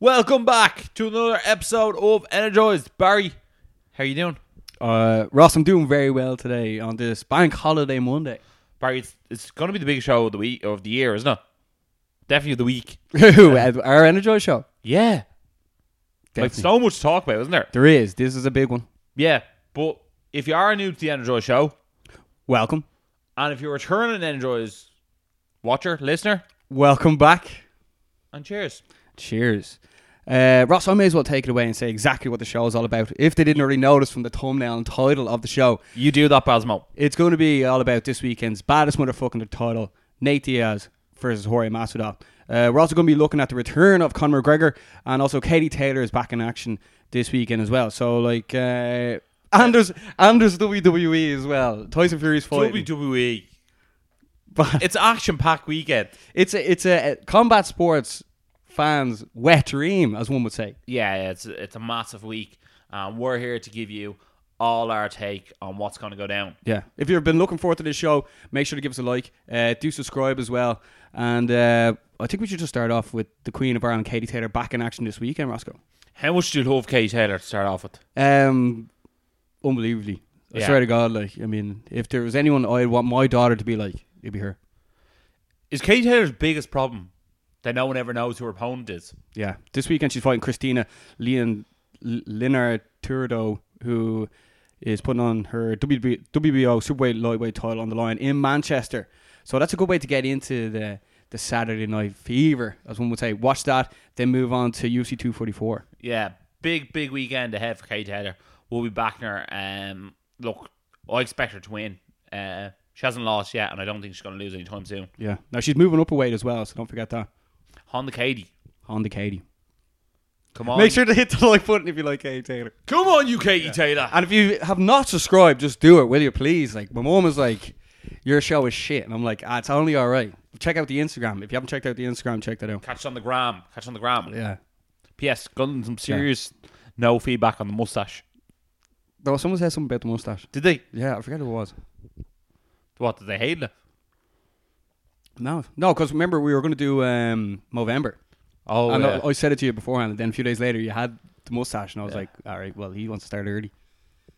Welcome back to another episode of Energized. Barry, how you doing? Uh, Ross, I'm doing very well today on this bank holiday Monday. Barry, it's, it's going to be the biggest show of the week of the year, isn't it? Definitely of the week. Who, Ed- Our Energize show. Yeah, like Definitely. so much to talk about, isn't there? There is. This is a big one. Yeah, but if you are new to the Energize show, Welcome. and if you're a returning Energize watcher, listener, Welcome back. and cheers. Cheers. Uh, Ross, I may as well take it away and say exactly what the show is all about. If they didn't already notice from the thumbnail and title of the show, You do that, Basmo. it's going to be all about this weekend's baddest motherfucking title, Nate Diaz versus Jorge Masvidal. Uh, we're also going to be looking at the return of Conor McGregor, and also Katie Taylor is back in action this weekend as well. So like, uh, and there's and there's WWE as well. Tyson Fury's fighting. WWE. But E. It's action packed weekend. it's a, it's a, combat sports fans' wet dream, as one would say. yeah, it's it's a massive week, and we're here to give you all our take on what's going to go down. Yeah. If you've been looking forward to this show, make sure to give us a like. Uh, do subscribe as well. And uh, I think we should just start off with the Queen of Ireland, Katie Taylor, back in action this weekend, Roscoe. How much do you love Katie Taylor to start off with? Um, unbelievably. I Yeah. swear to God, like, I mean, if there was anyone I'd want my daughter to be like, it'd be her. Is Katie Taylor's biggest problem that no one ever knows who her opponent is? Yeah. This weekend she's fighting Christina Leon Linar Turdo, who is putting on her WB, WBO Superweight Lightweight title on the line in Manchester. So that's a good way to get into the the Saturday night fever, as one would say. Watch that, then move on to UFC 244. Yeah, big big weekend ahead for Katie Taylor. We'll be backing her. Um, look, I expect her to win. Uh, she hasn't lost yet, and I don't think she's going to lose anytime soon. Yeah. Now she's moving up a weight as well, so don't forget that. Honda Katie, On the Katie. come on, Make sure to hit the like button if you like Katie Taylor. come on, you Katie Taylor. And if you have not subscribed, just do it, will you please? Like my mom was like, "Your show is shit," and I'm like, ah, "It's only all right." Check out the Instagram. If you haven't checked out the Instagram, check that out. Catch us on the gram. Catch us on the gram. Yeah. P.S. Gotten some serious no feedback on the mustache. Though someone said something about the mustache. Did they? Yeah, I forget who it was. What did they hate it? No, no, because remember we were going to do um, Movember, Oh, and yeah. I, I said it to you beforehand. And then a few days later, you had the mustache, and I was like, "All right, well, he wants to start early."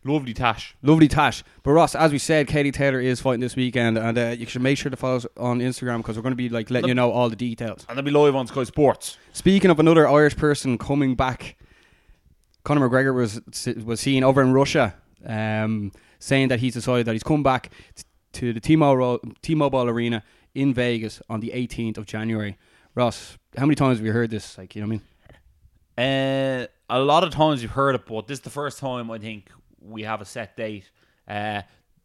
lovely Tash. Lovely Tash. But Ross, as we said, Katie Taylor is fighting this weekend, and uh, you should make sure to follow us on Instagram because we're going to be like letting you know all the details. And they'll be live on Sky Sports. Speaking of another Irish person coming back, Conor McGregor was was seen over in Russia um, saying that he's decided that he's come back t- to the T-Mobile, T-Mobile Arena in Vegas on the 18th of January. Ross, how many times have you heard this? Like, you know what I mean? Uh, a lot of times you've heard it, but this is the first time I think we have a set date. Uh,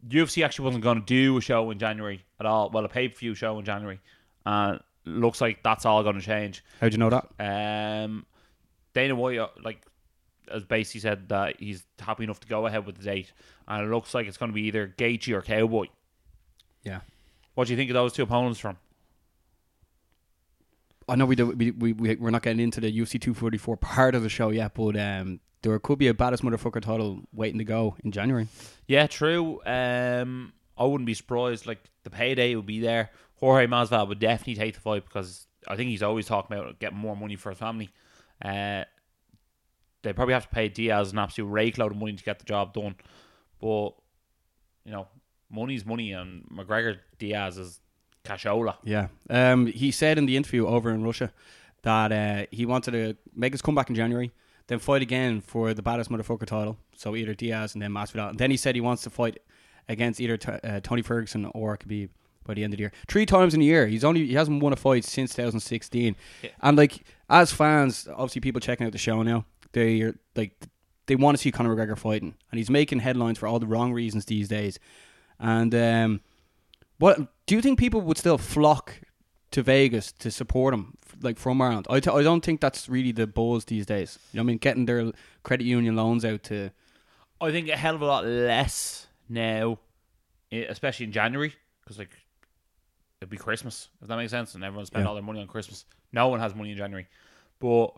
UFC actually wasn't going to do a show in January at all. Well, a pay per view show in January. Uh, looks like that's all going to change. How'd you know that? Um, Dana White, uh, like, has basically said that he's happy enough to go ahead with the date. And it looks like it's going to be either Gaethje or Cowboy. Yeah. What do you think of those two opponents from? I know we, do, we, we, we, we're not getting into the UFC 244 part of the show yet, but um, there could be a baddest motherfucker title waiting to go in January. Yeah, true. Um, I wouldn't be surprised. Like the payday would be there. Jorge Masvidal would definitely take the fight because I think he's always talking about getting more money for his family. Uh, they probably have to pay Diaz an absolute rake load of money to get the job done, but you know, money's money, and McGregor Diaz is cashola. Yeah. Um, he said in the interview over in Russia that uh, he wanted to make his comeback in January, then fight again for the baddest motherfucker title. So either Diaz and then Masvidal. And then he said he wants to fight against either t- uh, Tony Ferguson or Khabib by the end of the year. Three times in a year. He's only he hasn't won a fight since 2016. And like as fans, obviously people checking out the show now, they are like they want to see Conor McGregor fighting, and he's making headlines for all the wrong reasons these days. And um, what do you think people would still flock to Vegas to support him, f- like from Ireland? I t- I don't think that's really the buzz these days. You know what I mean? Getting their credit union loans out to I think a hell of a lot less now, eh, especially in January, because like it'd be Christmas if that makes sense, and everyone spend Yeah. all their money on Christmas. No one has money in January, but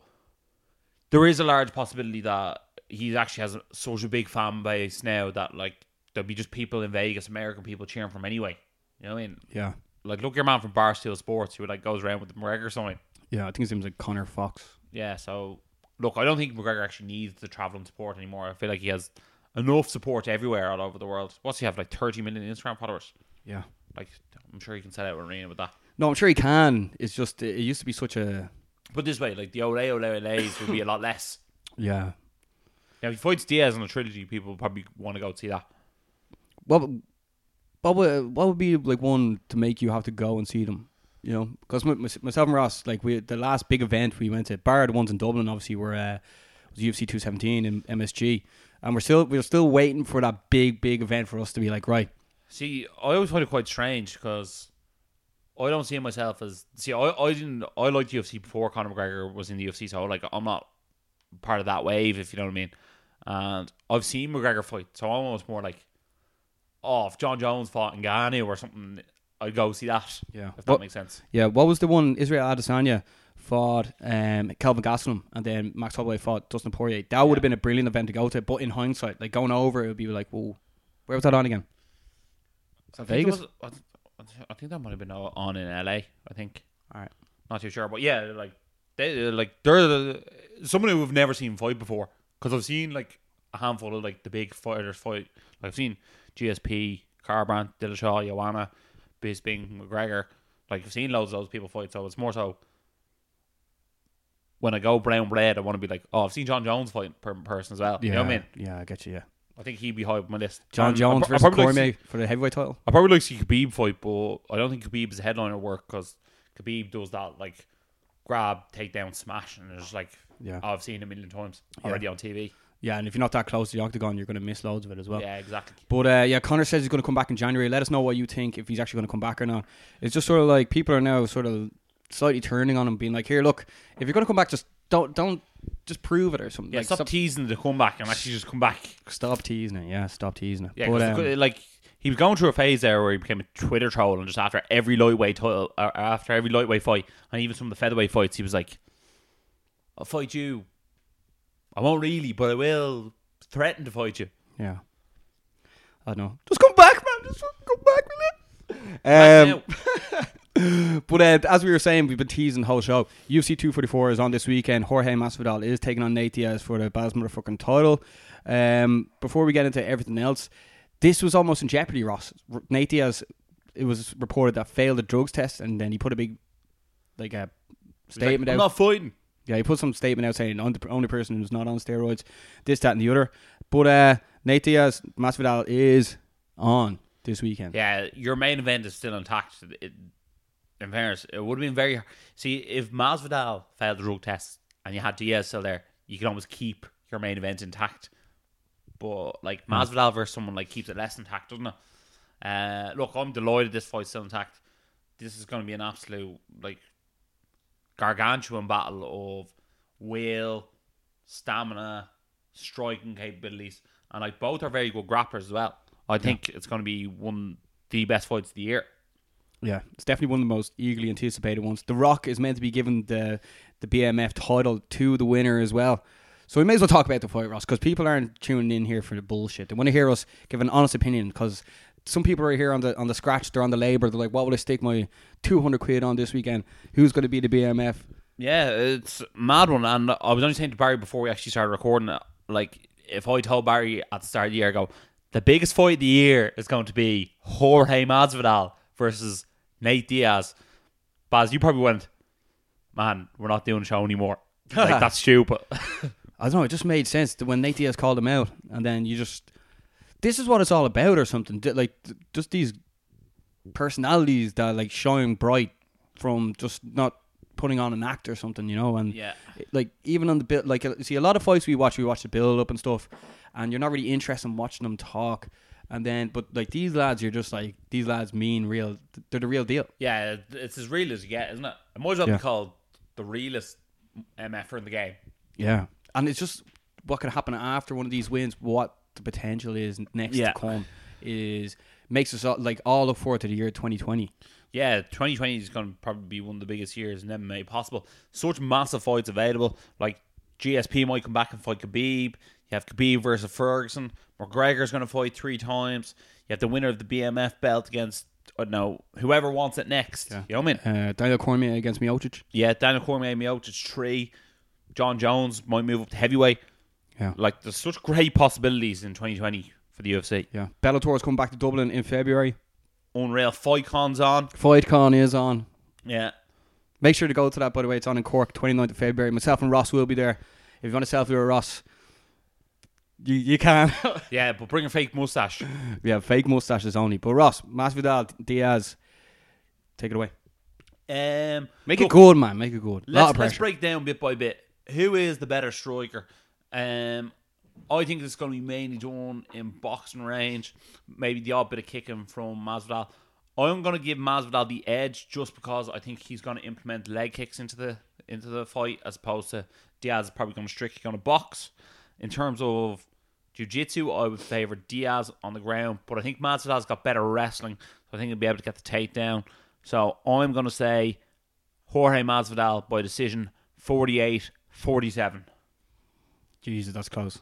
there is a large possibility that he actually has such a big fan base now that like there'll be just people in Vegas, American people cheering for him anyway. You know what I mean? yeah, Like look, at your man from Barstool Sports who like goes around with the McGregor sign. Yeah, I think his name's like Connor Fox. Yeah, so look, I don't think McGregor actually needs the traveling support anymore. I feel like he has enough support everywhere all over the world. What's he have like 30 million Instagram followers? Yeah. Like I'm sure he can set out an arena with that. No, I'm sure he can. It's just it used to be such a But this way, like the ole ole ole's would be a lot less. yeah. Now, if he fights Diaz in a trilogy, people probably want to go and see that. What what would what would be like one to make you have to go and see them? You know, because myself and Ross, like we the last big event we went to, bar the ones in Dublin, obviously were uh, was UFC 217 and MSG, and we're still we're still waiting for that big big event for us to be like right. See, I always find it quite strange because I don't see myself as see. I, I didn't. I liked UFC before Conor McGregor was in the UFC, so like I'm not part of that wave, if you know what I mean. And I've seen McGregor fight, so I'm almost more like, oh, if John Jones fought in Ghana or something, I'd go see that. Yeah. if that What- makes sense. Yeah, what was the one Israel Adesanya fought um, Kelvin Gastelum and then Max Holloway fought Dustin Poirier? That would have been a brilliant event to go to, but in hindsight, like going over, it would be like, whoa, where was that on again? I think Vegas? there was- I th- I think that might have been on in LA. I think. All right. Not too sure, but yeah, they're like they they're like they're the, somebody who I've never seen fight before because I've seen like a handful of like the big fighters fight. Like I've seen GSP, Carbrandt, Dillashaw, Joanna, Bisping, McGregor. Like I've seen loads of those people fight, so it's more so when I go brown bread, I want to be like, oh, I've seen John Jones fight per person as well. You know what I mean? Yeah, I get you. Yeah, I think he'd be high up my list. John And I Jones pro- I versus probably like to Cormier see- for the heavyweight title. I probably like to see Khabib fight, but I don't think Khabib's a headliner work because Khabib does that like grab, take down, smash, and it's like Yeah. oh, I've seen it a million times already on TV. Yeah, and if you're not that close to the octagon, you're going to miss loads of it as well. Yeah, exactly. But uh, yeah, Connor says he's going to come back in January. Let us know what you think if he's actually going to come back or not. It's just sort of like people are now sort of slightly turning on him, being like, "Here, look, if you're going to come back, just don't, don't, just prove it or something." Yeah, like, stop, teasing the comeback and actually just come back. Stop teasing it. Yeah, stop teasing it. Yeah, but, 'cause it's um, good- like he was going through a phase there where he became a Twitter troll and just after every lightweight title, or after every lightweight fight, and even some of the featherweight fights, he was like, "I'll fight you. I won't really, but I will threaten to fight you." yeah. I don't know. Just come back, man. Just fucking come back, Back will you? now. Um, but uh, as we were saying, we've been teasing the whole show. UFC 244 is on this weekend. Jorge Masvidal is taking on Nate Diaz for the Baz motherfucking title. Um, before we get into everything else, this was almost in jeopardy, Ross. R- Nate Diaz, it was reported that failed a drugs test, and then he put a big, like a He's like, statement I'm out. not fighting. Yeah, he put some statement out saying "I'm the only person who's not on steroids, this, that, and the other. But uh, Nate Diaz, Masvidal is on this weekend. Yeah, your main event is still intact. It, in fairness, it would have been very. See, if Masvidal failed the drug test and you had Diaz still there, you can almost keep your main event intact. But like Masvidal versus someone like keeps it less intact, doesn't it? Uh, look, I'm delighted this fight's still intact. This is going to be an absolute like gargantuan battle of will, stamina, striking capabilities, and like both are very good grapplers as well. I think it's going to be one of the best fights of the year. Yeah, it's definitely one of the most eagerly anticipated ones. The Rock is meant to be given the the BMF title to the winner as well. So we may as well talk about the fight, Ross, because people aren't tuning in here for the bullshit. They want to hear us give an honest opinion. Because some people are here on the on the scratch, they're on the labor. They're like, "What will I stake my two hundred quid on this weekend? Who's going to be the BMF?" Yeah, it's a mad one. And I was only saying to Barry before we actually started recording, uh, like if I told Barry at the start of the year, I go the biggest fight of the year is going to be Jorge Masvidal versus Nate Diaz. Baz, you probably went, man, we're not doing the show anymore. like that's stupid. I don't know. It just made sense that when Nate Diaz called him out, and then you just, this is what it's all about, or something. D- Like th- just these personalities that like shine bright from just not putting on an act or something, you know. And Yeah. it- like even on the bit, like uh, see a lot of fights we watch, we watch the build up and stuff, and you're not really interested in watching them talk. And then, but like these lads, you're just like these lads mean real. They're the real deal. Yeah, it's as real as you get, isn't it? It might as well Yeah. be called the realest MFer in the game. Yeah, and it's just what could happen after one of these wins. What the potential is next Yeah. to come is makes us all, like all look forward to the year 2020. Yeah, 2020 is going to probably be one of the biggest years in MMA possible. Such massive fights available. Like GSP might come back and fight Khabib. You have Khabib versus Ferguson. McGregor's going to fight three times. You have the winner of the BMF belt against I don't know, whoever wants it next. Yeah. You know what I mean? Uh, Daniel Cormier against Miocic. Yeah, Daniel Cormier, Miocic, three. John Jones might move up to heavyweight. Yeah. Like, there's such great possibilities in 2020 for the UFC. Yeah. Bellator's coming back to Dublin in February. Unreal. Ficon's on. FightCon is on. Yeah. Make sure to go to that, by the way. It's on in Cork, 29th of February. Myself and Ross will be there. If you want a selfie with Ross, you, you can. Yeah, but bring a fake mustache. we have fake mustaches only. But Ross, Masvidal, Diaz, take it away. Um, Make look, it good, man. Make it good. lot of Let's, let's pressure. break down bit by bit. Who is the better striker? Um, I think it's going to be mainly done in boxing range, maybe the odd bit of kicking from Masvidal. I'm going to give Masvidal the edge just because I think he's going to implement leg kicks into the into the fight as opposed to Diaz is probably going to strictly going to box. In terms of jiu-jitsu, I would favour Diaz on the ground, but I think Masvidal's got better wrestling, so I think he'll be able to get the takedown. So I'm going to say Jorge Masvidal by decision 48 47. Jesus, that's close.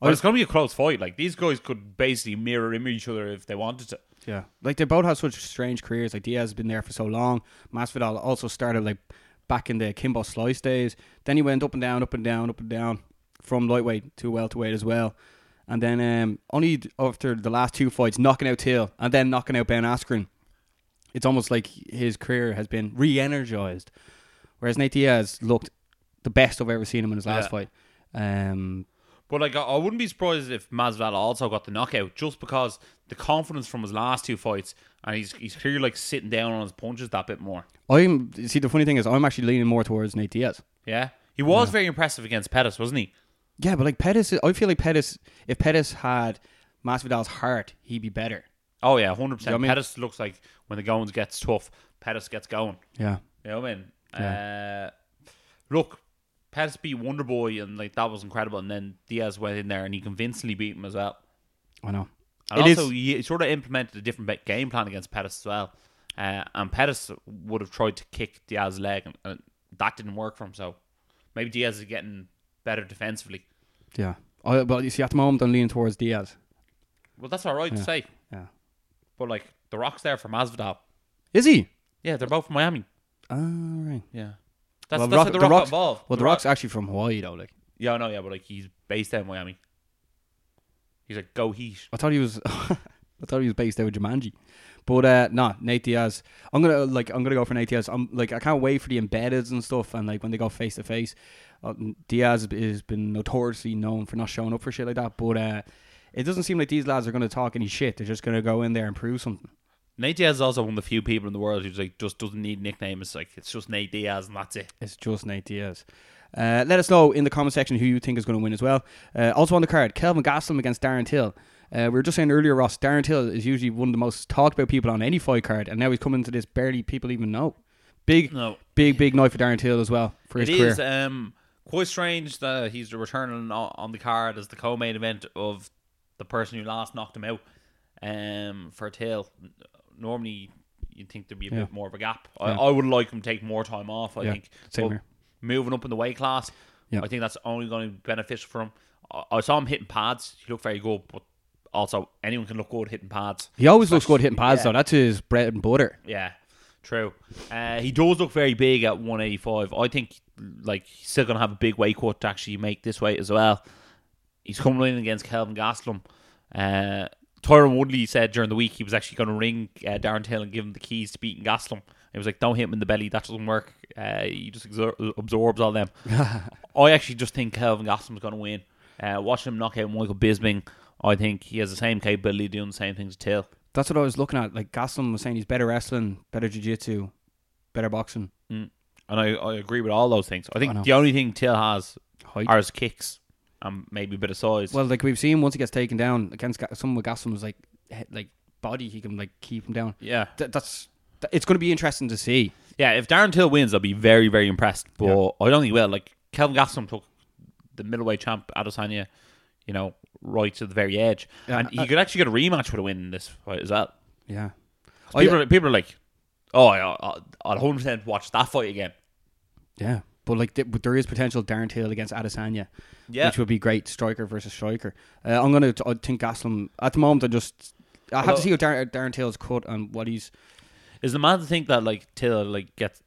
But it's going to be a close fight. Like, these guys could basically mirror image each other if they wanted to. Yeah, like they both have such strange careers. Like Diaz has been there for so long. Masvidal also started like back in the Kimbo Slice days. Then he went up and down, up and down, up and down from lightweight to welterweight as well. And then um, only after the last two fights, knocking out Till and then knocking out Ben Askren, it's almost like his career has been re-energized. Whereas Nate Diaz looked the best I've ever seen him in his last Yeah. fight. Um, But, like, I- I wouldn't be surprised if Masvidal also got the knockout just because the confidence from his last two fights and he's, he's clearly, like, sitting down on his punches that bit more. I'm see the funny thing is I'm actually leaning more towards Nate Diaz. Yeah. He was very impressive against Pettis, wasn't he? Yeah, but like Pettis, I feel like Pettis. If Pettis had Masvidal's heart, he'd be better. Oh, yeah, 100%. I mean- Pettis looks like when the going gets tough, Pettis gets going. Yeah, You know what I mean? Uh, look, Pettis beat Wonderboy, and like that was incredible. And then Diaz went in there, and he convincingly beat him as well. I know. And It also, is- he sort of implemented a different ba- game plan against Pettis as well. Uh, and Pettis would have tried to kick Diaz's leg, and, and that didn't work for him. So maybe Diaz is getting better defensively. Yeah, I, Oh, but you see, at the moment, I'm leaning towards Diaz. Well, that's all right to say. Yeah, But like, the Rock's there for Masvidal. is he? Yeah, they're both from Miami. All right. Yeah. That's, Well, that's Rock- how the the Rock got Rock's- involved. Well, the, Rock- Rock's actually from Hawaii, though. Like, Yeah, I know, yeah, but like he's based out in Miami. He's like, go heat. I thought he was. I thought he was based out of Jumanji, but uh, nah, Nate Diaz. I'm gonna like. I'm gonna go for Nate Diaz. I'm like. I can't wait for the embeddeds and stuff, and like when they go face to face. Uh, Diaz has been notoriously known for not showing up for shit like that, but uh, it doesn't seem like these lads are gonna talk any shit. They're just gonna go in there and prove something. Nate Diaz is also one of the few people in the world who's like just doesn't need nicknames. Like it's just Nate Diaz and that's it. It's just Nate Diaz. Uh, let us know in the comment section who you think is going to win as well. Uh, also on the card, Kelvin Gastelum against Darren Till. Uh, we were just saying earlier, Ross, Darren Till is usually one of the most talked about people on any fight card, and now he's coming to this barely people even know. Big, No, big, big night for Darren Till as well for his it career. is um quite strange that he's returning on, on the card as the co-main event of the person who last knocked him out. Um, for Till, normally you'd think there'd be a Yeah. bit more of a gap. I, Yeah. I would like him to take more time off. I Yeah, think same But here. moving up in the weight class, Yeah. I think that's only going to be beneficial for him. I, I saw him hitting pads. He looked very good, but also anyone can look good hitting pads. He always looks good hitting pads, Yeah. though. That's his bread and butter. Yeah, true. Uh, he does look very big at 185. I think like he's still gonna have a big weight cut to actually make this weight as well. He's coming in against Kelvin Gastelum. Uh, Tyron Woodley said during the week he was actually going to ring uh, Darren Till and give him the keys to beating Gastelum. He was like, "Don't hit him in the belly. That doesn't work. Uh, he just exor- absorbs all them." I actually just think Kelvin Gastelum's going to win. Uh, watching him knock out Michael Bisping, I think he has the same capability of doing the same things to Till. That's what I was looking at. Like Gastelum was saying, he's better wrestling, better jiu-jitsu, better boxing. And I, I agree with all those things. I think I know. the only thing Till has Height. are his kicks and maybe a bit of size. Well, like we've seen, once he gets taken down against Ga- someone with Gastelum's like he- like body, he can like keep him down. yeah. Th- that's th- it's going to be interesting to see. Yeah, if Darren Till wins, I'll be very, very impressed. But I don't think he will. Like, Kelvin Gastelum took the middleweight champ, Adesanya, you know, right to the very edge. Yeah, and he I- could actually get a rematch with a win in this fight as well. Yeah, 'Cause People, are, people are like, oh, I, I, I'll 100% watch that fight again. yeah. But like, th- but there is potential Darren Till against Adesanya, Yeah. which would be great striker versus striker. Uh, I'm gonna, t- I think Gaslam at the moment. I just I have Although- to see what Darren, Darren Till's cut and what he's. Is the man to think that like Till like gets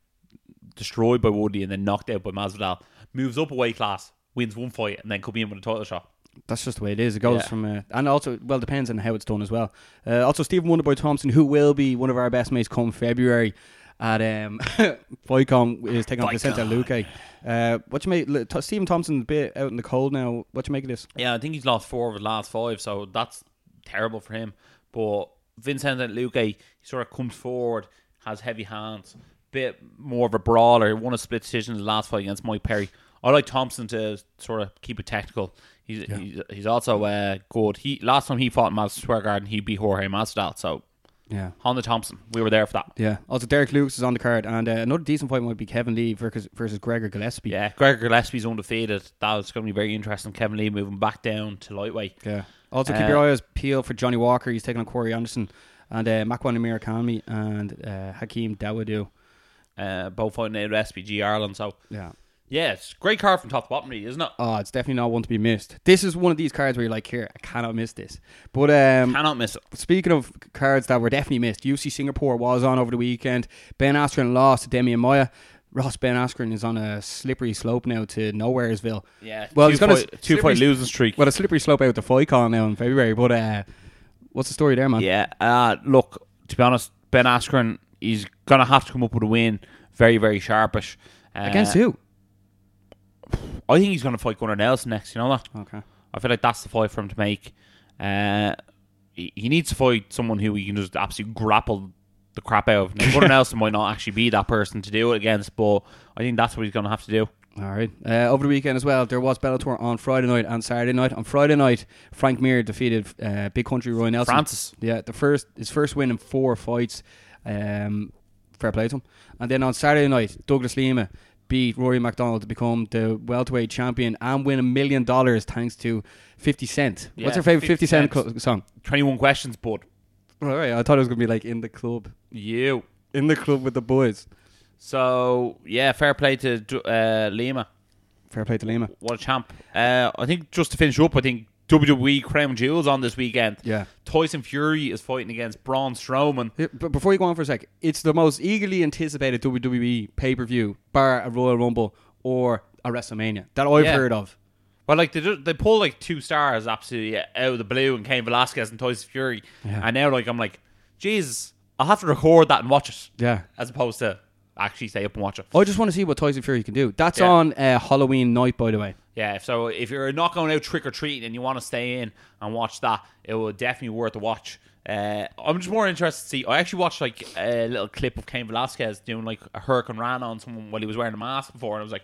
destroyed by Woody and then knocked out by Masvidal, moves up a weight class, wins one fight, and then could be in with a title shot? That's just the way it is. It goes Yeah. from, uh, and also, well, depends on how it's done as well. Uh, also, Stephen Wonderboy Thompson, who will be one of our best mates come February at um, Vicom, is taking on Vicente Luque. Uh, what you make? L- Th- Stephen Thompson's a bit out in the cold now. What you make of this? Yeah, I think he's lost four of his last five, so that's terrible for him. But Vincent and Luque, he sort of comes forward, has heavy hands, bit more of a brawler. Won a split decision in the last fight against Mike Perry. I like Thompson to sort of keep it technical. He's he's, he's also uh, good. He last time he fought in Madison Square Garden, he beat Jorge Masvidal. So Yeah. Honda Thompson, we were there for that. Yeah. Also, Derek Lewis is on the card, and uh, another decent fight might be Kevin Lee versus, versus Gregor Gillespie. Yeah, Gregor Gillespie's undefeated. That's going to be very interesting. Kevin Lee moving back down to lightweight. Yeah. Also, Uh, keep your eyes peeled for Johnny Walker. He's taking on Corey Anderson and uh, Makwan Amir Kami and uh, Hakeem Dawodu. Uh, both fighting out of SPG Ireland. So Yeah. yeah, it's a great card from top to bottom, really, isn't it? Oh, it's definitely not one to be missed. This is one of these cards where you're like, here, I cannot miss this. But um, Cannot miss it. speaking of cards that were definitely missed, UC Singapore was on over the weekend. Ben Askren lost to Demian Maya. Ross Ben Askren is on a slippery slope now to nowheresville. Yeah, Well, two he's got a fight, two slippery- fight losing streak. Well, a slippery slope out to FICON now in February. But uh, what's the story there, man? yeah, uh, look, to be honest, Ben Askren, he's gonna have to come up with a win, very, very sharpish. Uh, Against who? I think he's gonna fight Gunnar Nelson next. You know that? Okay. I feel like that's the fight for him to make. Uh, he, he needs to fight someone who he can just absolutely grapple the crap out of. Now, Gunnar Nelson might not actually be that person to do it against, but I think that's what he's going to have to do. All right. Uh, over the weekend as well, there was Bellator on Friday night and Saturday night. On Friday night, Frank Mir defeated uh, Big Country Roy Nelson. Francis. Yeah, the first his first win in four fights. Um, fair play to him. And then on Saturday night, Douglas Lima beat Rory MacDonald to become the welterweight champion and win a million dollars thanks to 50 Cent. Yeah, What's your favorite 50 50 Cent Cent. co- song? 21 questions, bud. All right, I thought it was going to be like in the club. You. In the club with the boys. So, yeah, fair play to Du- uh, Lima. Fair play to Lima. What a champ. Uh, I think just to finish up, I think WWE Crown Jewels on this weekend. Yeah. Tyson Fury is fighting against Braun Strowman. Yeah, but before you go on for a sec, it's the most eagerly anticipated WWE pay per view, bar a Royal Rumble or a WrestleMania that I've Yeah. heard of. Well, like they, do, they pull like two stars absolutely out of the blue, and Cain Velasquez and Tyson Fury, and now like I'm like, Jesus, I'll have to record that and watch it, Yeah. as opposed to actually stay up and watch it. I just want to see what Tyson Fury can do. That's Yeah. on uh, Halloween night, by the way. Yeah, so if you're not going out trick or treating and you want to stay in and watch that, it will definitely worth a watch. Uh, I'm just more interested to see. I actually watched like a little clip of Cain Velasquez doing like a hurricane run on someone while he was wearing a mask before, and I was like,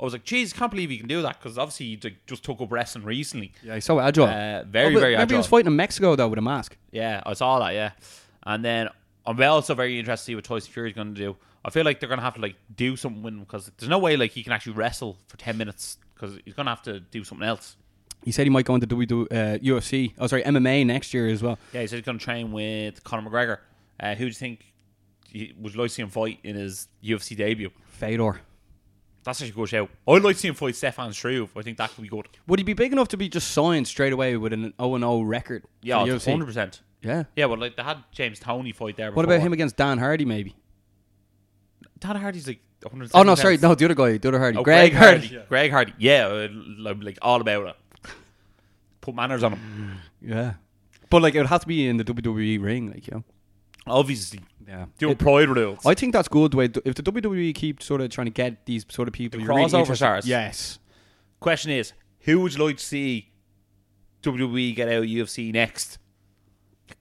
I was like, Jeez, can't believe he can do that because obviously he like, just took up wrestling recently. Yeah, he's so Uh, agile. very, oh, but very Remember he was agile. fighting in Mexico though with a mask. Yeah, I saw that. Yeah, and then I'm also very interested to see what Tyson Fury is going to do. I feel like they're going to have to like do something with him because there's no way like he can actually wrestle for ten minutes because he's going to have to do something else. He said he might go into WWE, uh, UFC. Oh, sorry, MMA next year as well. Yeah, he said he's going to train with Conor McGregor. Uh, who do you think he would you like to see him fight in his UFC debut? Fedor. That's actually a good shout. I'd like to see him fight Stefan Struve. I think that could be good. Would he be big enough to be just signed straight away with an 0 0 record? for Yeah, the UFC? hundred percent. Yeah. Yeah, well, like they had James Tony fight there. What Before. about him against Dan Hardy, maybe? Dan Hardy's like 170 Oh, no, sorry. pounds. No, the other guy, the other Hardy. Oh, Greg, Hardy. Greg Hardy. Yeah, uh, like, like all about it. Put manners on him. Yeah. But like it would have to be in the WWE ring, like you know. Obviously, Yeah. doing pride rules. I think that's good. the Way if the WWE keep sort of trying to get these sort of people, The you're really crossover interested- stars. Yes. Question is, who would you like to see WWE get out of UFC next?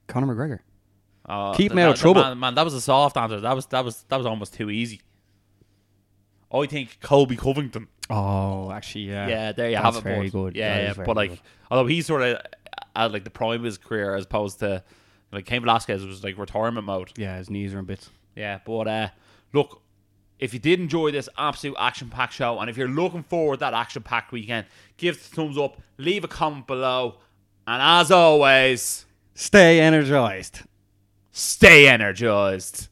Conor McGregor. Uh, Keep th- me out of that- trouble. man, man, That was a soft answer. That was that was that was almost too easy. I think Colby Covington. Oh, actually, yeah. Yeah, there you That's have it. very bud. good. Yeah, That yeah. is very but like, good. although he's sort of at like the prime of his career, as opposed to like Cain Velasquez was like retirement mode. Yeah, his knees are in bits. Yeah, but uh, look, if you did enjoy this absolute action packed show, and if you're looking forward to that action packed weekend, give it a thumbs up, leave a comment below, and as always, Stay energized. stay energized.